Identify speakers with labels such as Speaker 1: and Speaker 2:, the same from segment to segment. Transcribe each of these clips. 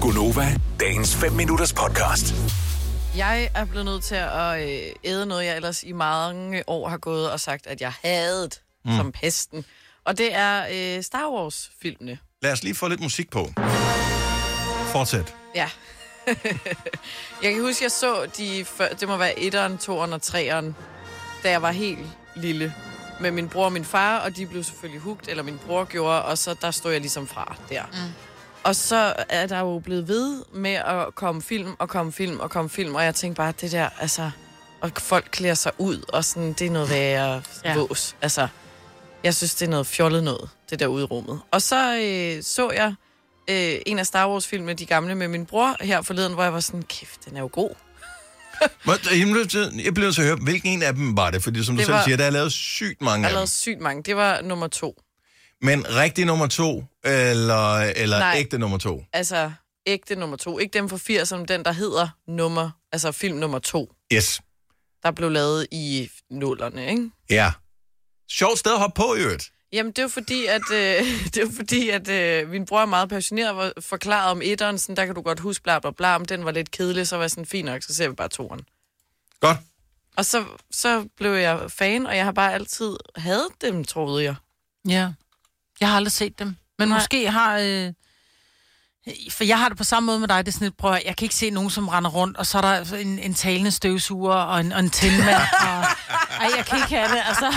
Speaker 1: Gunova, dagens 5 minutters podcast.
Speaker 2: Jeg er blevet nødt til at øh, æde noget, jeg ellers i mange år har gået og sagt, at jeg havde mm. som pesten. Og det er øh, Star Wars-filmene.
Speaker 3: Lad os lige få lidt musik på. Fortsæt.
Speaker 2: Ja. jeg kan huske, jeg så de, før, det må være etteren, toeren og treeren, da jeg var helt lille med min bror og min far, og de blev selvfølgelig hugt, eller min bror gjorde, og så der stod jeg ligesom fra der. Mm. Og så er der jo blevet ved med at komme film og komme film og komme film, og jeg tænkte bare, det der, altså, og folk klæder sig ud, og sådan, det er noget værre ja.
Speaker 4: Ja.
Speaker 2: vås. Altså, jeg synes, det er noget fjollet noget, det der ude i rummet. Og så øh, så jeg øh, en af Star Wars-filmene, de gamle, med min bror her forleden, hvor jeg var sådan, kæft, den er jo god.
Speaker 3: Må- Jeg bliver nødt til- jeg bliver nødt til at høre, hvilken en af dem var det? Fordi som du
Speaker 2: Det
Speaker 3: selv
Speaker 2: var-
Speaker 3: siger, der er lavet sygt mange
Speaker 2: Jeg
Speaker 3: af
Speaker 2: har
Speaker 3: dem.
Speaker 2: lavet sygt mange. Det var nummer to.
Speaker 3: Men rigtig nummer to, eller, eller
Speaker 2: Nej.
Speaker 3: ægte nummer to?
Speaker 2: Altså, ægte nummer to. Ikke dem fra 80'erne, men den, der hedder nummer, altså film nummer to,
Speaker 3: Yes.
Speaker 2: der blev lavet i nullerne, ikke?
Speaker 3: Ja. Sjovt sted at hoppe på, i øvrigt.
Speaker 2: Jamen, det er jo fordi, at, øh, det er jo fordi, at øh, min bror er meget passioneret og forklarede om etteren, sådan, der kan du godt huske, bla bla bla, om den var lidt kedelig, så var jeg sådan, fint nok, så ser vi bare toeren.
Speaker 3: Godt.
Speaker 2: Og så, så blev jeg fan, og jeg har bare altid hadet dem, troede jeg.
Speaker 4: Ja. Jeg har aldrig set dem. Men Nej. måske har... Øh, for jeg har det på samme måde med dig, det er sådan et prøv at høre, jeg kan ikke se nogen, som render rundt, og så er der en, en talende støvsuger og en, og en tændmand, og ej, jeg kan ikke have det, altså.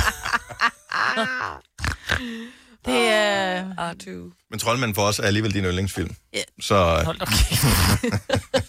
Speaker 4: Det er... Øh,
Speaker 2: Ah, du.
Speaker 3: Men Troldmanden for os er alligevel din yndlingsfilm.
Speaker 4: Ja.
Speaker 3: Så, øh,
Speaker 4: hold da kæft.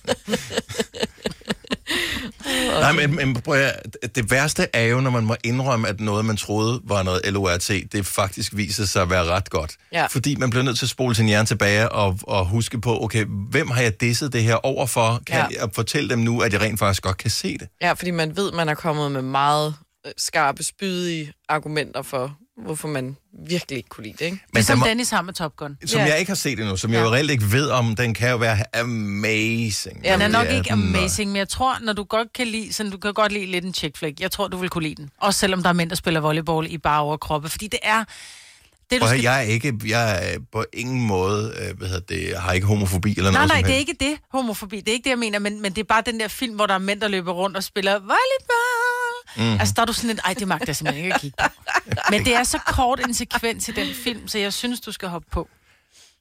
Speaker 3: nej, men, men prøv at, høre, det værste er jo, når man må indrømme, at noget, man troede var noget LORT, det faktisk viser sig at være ret godt.
Speaker 2: Ja.
Speaker 3: Fordi man bliver nødt til at spole sin hjerne tilbage og, og huske på, okay, hvem har jeg disset det her overfor? Kan
Speaker 2: Ja.
Speaker 3: ja. jeg fortælle dem nu, at jeg rent faktisk godt kan se det?
Speaker 2: Ja, fordi man ved, man er kommet med meget øh, skarpe, spydige argumenter for, hvorfor man virkelig ikke kunne lide det, ikke?
Speaker 3: Men
Speaker 4: Ligesom
Speaker 3: der må-
Speaker 4: Dennis har med Top Gun.
Speaker 3: som
Speaker 2: Ja.
Speaker 3: jeg ikke har set endnu, som jeg jo reelt ikke ved om, den kan jo være amazing.
Speaker 2: Ja,
Speaker 4: Den er
Speaker 3: Men
Speaker 4: nok
Speaker 3: det
Speaker 4: ikke
Speaker 3: den, og-
Speaker 4: amazing, men jeg tror, når du godt kan lide, sådan, du kan godt lide lidt en chick flick, jeg tror, du vil kunne lide den. Også selvom der er mænd, der spiller volleyball i bare overkroppe, fordi det er... Det, du
Speaker 3: Prøv at
Speaker 4: skal
Speaker 3: høre, jeg er ikke, jeg er på ingen måde, øh, hvad hedder det, har ikke homofobi eller
Speaker 4: Nej,
Speaker 3: noget
Speaker 4: nej,
Speaker 3: som
Speaker 4: det er
Speaker 3: helst.
Speaker 4: ikke det, homofobi. Det er ikke det, jeg mener, men, men det er bare den der film, hvor der er mænd, der løber rundt og spiller volleyball.
Speaker 3: Mhm.
Speaker 4: Mm. Altså, der er du sådan lidt, ej, det magter jeg simpelthen ikke at kigge på. Men det er så kort en sekvens i den film, så jeg synes, du skal hoppe på.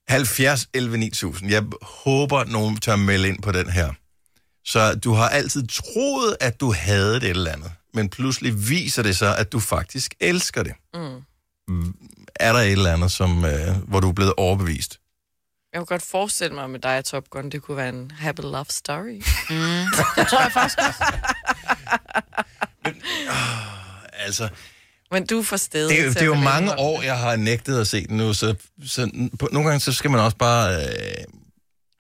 Speaker 3: 70, 11, 9000. Jeg håber, nogen tør melde ind på den her. Så du har altid troet, at du havde det eller andet, men pludselig viser det sig, at du faktisk elsker det. Mm. Er der et eller andet, som, øh, hvor du er blevet overbevist?
Speaker 2: Jeg kunne godt forestille mig med dig og Top Gun, det kunne være en happy love story.
Speaker 4: Det tror jeg faktisk også.
Speaker 3: Altså,
Speaker 2: Men du er for stedig
Speaker 3: det, er, jo-
Speaker 2: til
Speaker 3: det er jo
Speaker 2: at vælge
Speaker 3: mange
Speaker 2: den.
Speaker 3: år, jeg har nægtet at se den nu, så, så på, nogle gange så skal man også bare... Øh,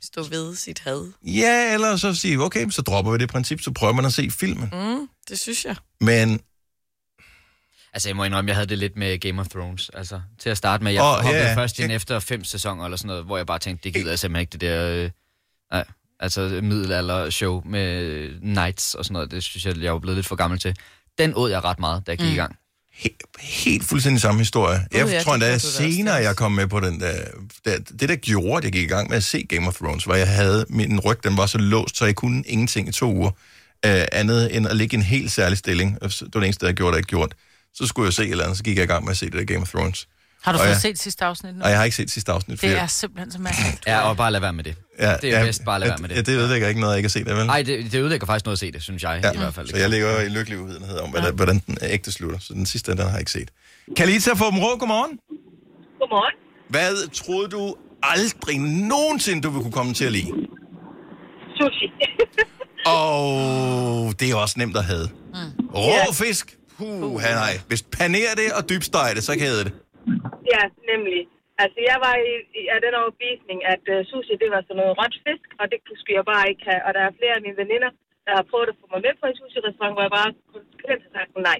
Speaker 2: Stå ved sit had.
Speaker 3: ja, eller så sige, okay, så dropper vi det princip, så prøver man at se filmen. Mm.
Speaker 2: Det synes jeg.
Speaker 3: Men
Speaker 5: Altså, jeg må indrømme, jeg havde det lidt med Game of Thrones. Altså, til at starte med, jeg
Speaker 3: Åh,
Speaker 5: oh, hoppede
Speaker 3: ja.
Speaker 5: yeah. først ind
Speaker 3: Ja.
Speaker 5: efter fem sæsoner eller sådan noget, hvor jeg bare tænkte, det gider jeg simpelthen ikke, det der... Øh, nej, altså, middelalder-show med knights og sådan noget. Det synes jeg, jeg var blevet lidt for gammel til. Den åd jeg ret meget, da jeg gik mm. i gang.
Speaker 3: he, helt fuldstændig samme historie. Uh, jeg
Speaker 2: ja,
Speaker 3: tror
Speaker 2: det
Speaker 3: endda,
Speaker 2: kan
Speaker 3: jeg
Speaker 2: du da også,
Speaker 3: senere
Speaker 2: Dennis.
Speaker 3: jeg kom med på den der, der... Det, der gjorde, at jeg gik i gang med at se Game of Thrones, hvor jeg havde... Min ryg, den var så låst, så jeg kunne ingenting i to uger. Øh, andet end at ligge i en helt særlig stilling. Og så- Det var det eneste, jeg gjorde, der ikke gjorde. Så skulle jeg se et eller andet, så gik jeg i gang med at se det der Game of Thrones.
Speaker 4: Har du
Speaker 3: Og
Speaker 4: fået
Speaker 3: ja.
Speaker 4: set sidste afsnit nu?
Speaker 3: Og jeg har ikke set sidste afsnit. fordi
Speaker 4: Det
Speaker 3: jeg-
Speaker 4: er simpelthen så mærkeligt.
Speaker 5: Ja, og bare lad være med det.
Speaker 3: Ja,
Speaker 5: det er jo bedst bare at lade være med
Speaker 3: Ja,
Speaker 5: det.
Speaker 3: det ødelægger ikke noget, jeg ikke har set det, vel?
Speaker 5: Nej, det, det ødelægger faktisk noget at se det, synes jeg ja. i hvert fald.
Speaker 3: Så jeg ligger i lykkelig uvidenhed om, hvordan, hvordan den ægte slutter. Så den sidste, den har jeg ikke set. Kalita få dem rå, godmorgen.
Speaker 6: Godmorgen.
Speaker 3: Hvad troede du aldrig nogensinde, du ville kunne komme til at lide?
Speaker 6: Sushi.
Speaker 3: Og det er også nemt at have. Rå fisk? Mm. Puh, nej. Hvis panerer det og dybsteger det, så kan jeg æde det.
Speaker 6: ja, nemlig. Altså, jeg var i, i af den overbevisning, at uh, sushi, det var sådan noget råt fisk, og det skulle jeg bare ikke have. Og der er flere af mine veninder, der har prøvet at få mig med på en sushi-restaurant, hvor jeg bare konsekvent har sagt nej.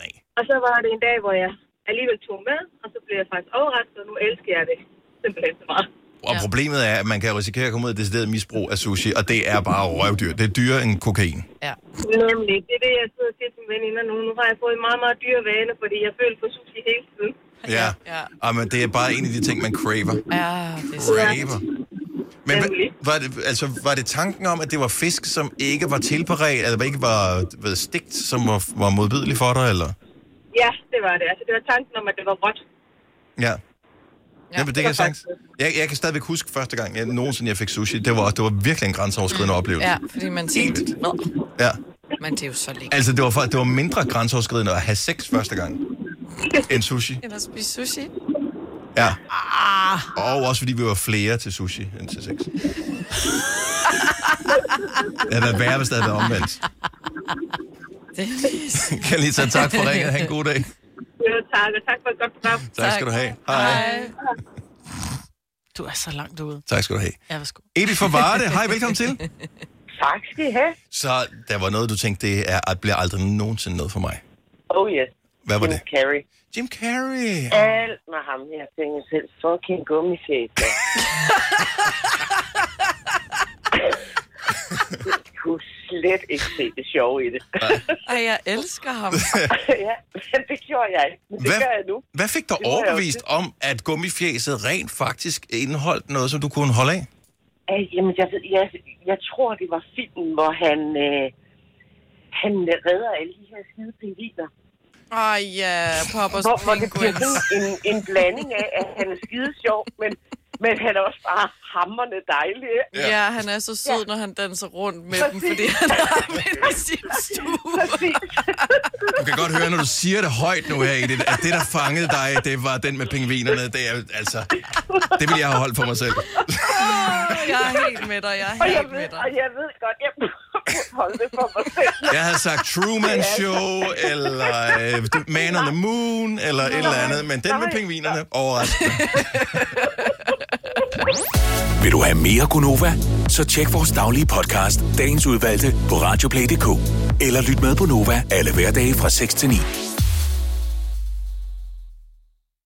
Speaker 3: Nej.
Speaker 6: Og så var det en dag, hvor jeg alligevel tog med, og så blev jeg faktisk overrasket, og nu elsker jeg det simpelthen så meget.
Speaker 3: Og problemet er, at man kan risikere at komme ud i decideret misbrug af sushi, og det er bare røvdyr. Det er dyrere end kokain.
Speaker 2: Ja.
Speaker 6: Nemlig. Det er det, jeg sidder og siger til mine veninder nu. Nu har jeg fået en meget, meget dyr vane, fordi jeg føler for sushi hele tiden.
Speaker 3: Ja. Ah, Altså,
Speaker 2: Ja.
Speaker 3: ja. men det er bare en af de ting, man craver.
Speaker 2: Ja, det er så.
Speaker 3: Craver. Men hva-
Speaker 7: Nemlig.
Speaker 3: var det, altså, var det tanken om, at det var fisk, som ikke var tilberedt, eller ikke var ved stegt, som var, var modbydelig for dig, eller?
Speaker 7: Ja, det var det. Altså, det var tanken om, at det var råt.
Speaker 3: Ja. ja. Jamen, det kan jeg
Speaker 7: Det var
Speaker 3: sagtens. Jeg, jeg kan stadigvæk huske første gang, jeg, nogensinde jeg fik sushi. Det var, det var virkelig en grænseoverskridende oplevelse.
Speaker 2: Ja, fordi man tænkte, nå,
Speaker 3: ja.
Speaker 2: men det er jo så lækkert.
Speaker 3: Altså, det var, for- det var mindre grænseoverskridende at have sex første gang end sushi.
Speaker 2: Eller spise sushi.
Speaker 3: Ja. Og også fordi vi var flere til sushi end til sex. Det havde været værre, hvis det havde været omvendt.
Speaker 2: Dennis.
Speaker 3: Kan jeg lige tage tak for ringen. Ha' en god dag.
Speaker 7: Jo, tak, og tak for et godt program.
Speaker 3: Tak skal du have. Hej.
Speaker 2: Hej.
Speaker 4: Du er så langt ude.
Speaker 3: Tak skal du have.
Speaker 4: Ja, værsgo.
Speaker 3: Ebi fra Varde. Hej, velkommen til.
Speaker 6: Tak skal I have.
Speaker 3: Så der var noget, du tænkte, det er, at bliver aldrig nogensinde noget for mig.
Speaker 6: Oh yes.
Speaker 3: Hvad var
Speaker 6: Jim
Speaker 3: det?
Speaker 6: Carrey.
Speaker 3: Jim Carrey.
Speaker 6: Alt med ham. Jeg tænker selv, fucking gummifjæs. mand. Jeg kunne slet ikke se det sjove i det.
Speaker 2: Ej, jeg elsker ham.
Speaker 6: ja, men det gjorde jeg ikke. Men det
Speaker 3: Hvad,
Speaker 6: gør jeg nu.
Speaker 3: hvad fik dig
Speaker 6: Det må jeg jo
Speaker 3: overbevist om, at gummifjæset rent faktisk indeholdt noget, som du kunne holde af?
Speaker 6: Ej, jamen, jeg, ved, jeg, jeg tror, det var filmen, hvor han, øh, han redder alle de her skide pingviner.
Speaker 2: Ej, ja, Poppers
Speaker 6: Hvor, hvor det bliver
Speaker 2: Penguins.
Speaker 6: sådan en, en blanding af, at han er skide sjov, men, men han er også bare hammerne dejlig. ikke?
Speaker 2: Ja, han er så sød,
Speaker 6: Ja.
Speaker 2: når han danser rundt med dem,
Speaker 6: Præcis.
Speaker 2: fordi han har dem inde i sin stue.
Speaker 6: Præcis.
Speaker 3: Du kan godt høre, når du siger det højt nu her, Edith, at det, der fangede dig, det var den med pingvinerne. Det er altså... Det ville jeg have holdt for mig selv.
Speaker 2: Jeg er helt med dig, jeg
Speaker 6: Og
Speaker 2: er
Speaker 6: jeg
Speaker 2: helt
Speaker 6: ved,
Speaker 2: med dig.
Speaker 6: og jeg ved godt, jeg burde holde det for mig selv.
Speaker 3: Jeg havde sagt Truman Show,
Speaker 6: altså-
Speaker 3: eller øh, Man on the Moon, eller et eller andet. Men den med pingvinerne, overraskende.
Speaker 1: Vil du have mere Gunova? Så tjek vores daglige podcast, dagens udvalgte, på radioplay.dk. Eller lyt med på Nova alle hverdage fra 6 til 9.